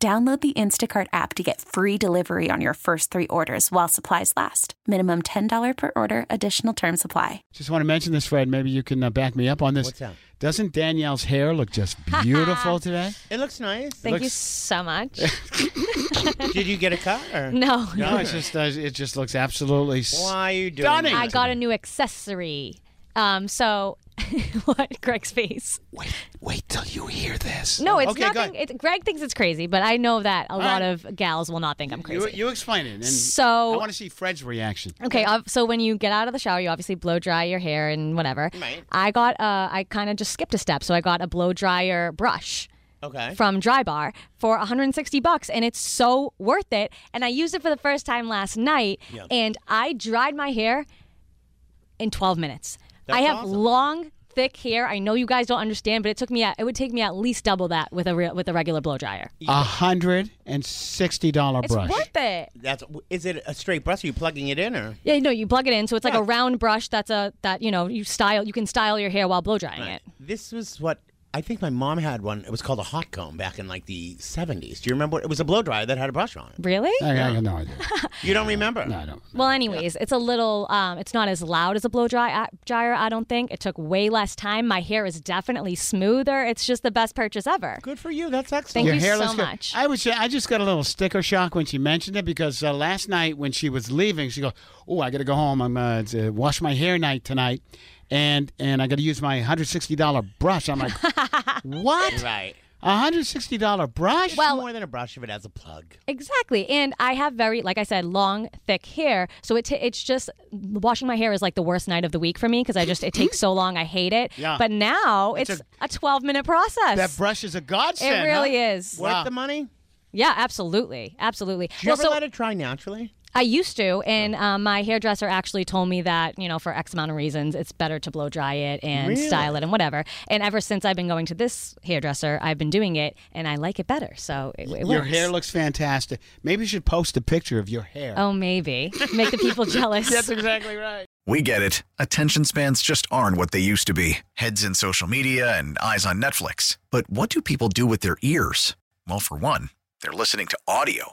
Download the Instacart app to get free delivery on your first three orders while supplies last. Minimum $10 per order, additional term supply. Just want to mention this, Fred. Maybe you can uh, back me up on this. What's up? Doesn't Danielle's hair look just beautiful today? It looks nice. Thank you looks- so much. Did you get a cut? Or? no, No, it's just uh, it just looks absolutely Why are you doing stunning. I got a new accessory. Um, so what? Greg's face. Wait, wait till you hear this. No, it's Okay, go nothing. It, Greg thinks it's crazy, but I know that a right. lot of gals will not think I'm You, crazy. you explain it. And So- I want to see Fred's reaction. Okay, ob- so when you get out of the shower, you obviously blow dry your hair and whatever. Right. I got, uh, I kind of just skipped a step, so I got a blow dryer brush Okay. from Dry Bar for 160 bucks, and it's so worth it. And I used it for the first time last night, and I dried my hair in 12 minutes. I have awesome. long, thick hair. I know you guys don't understand, but it took me, at, it would take me at least double that with a re- with a regular blow dryer. A hundred and sixty dollar It's brush. worth it. That's. Is it a straight brush? Are you plugging it in or? Yeah, no, you plug it in, so it's like a round brush. That's a that you know you style. You can style your hair while blow drying it. This was what I think my mom had one. It was called a hot comb back in like the seventies. Do you remember? what- It was a blow dryer that had a brush on it. Really? I, I got no idea. You don't remember? No, I don't. Well, anyways, it's a little. Um, it's not as loud as a blow dry uh, dryer. I don't think it took way less time. My hair is definitely smoother. It's just the best purchase ever. Good for you. That's excellent. Thank Your you hair so looks good. much. I was. I just got a little sticker shock when she mentioned it because uh, last night when she was leaving, she goes, "Oh, I got to go home. I'm uh, it's, uh, wash my hair night tonight, and and I got to use my hundred sixty dollar brush." I'm like, "What? Right. A hundred sixty dollar brush? Well, more than a brush if it has a plug. Exactly, and I have very, like I said, long, thick hair. So it t- it's just washing my hair is like the worst night of the week for me because I just it takes so long. I hate it. Yeah. But now it's, a, twelve minute process. that brush is a godsend. it really huh? is. Wow. Worth the money? Do Yeah, absolutely, absolutely. you ever let it dry naturally? I used to, and um, my hairdresser actually told me that you know for X amount of reasons, it's better to blow dry it and style it and whatever. And ever since I've been going to this hairdresser, I've been doing it, and I like it better. So it, it Your works. hair looks fantastic. Maybe you should post a picture of your hair. Oh, maybe make the people jealous. exactly right. We get it. Attention spans just aren't what they used to be heads in social media and eyes on Netflix. But what do people do with their ears? Well, for one, they're listening to audio.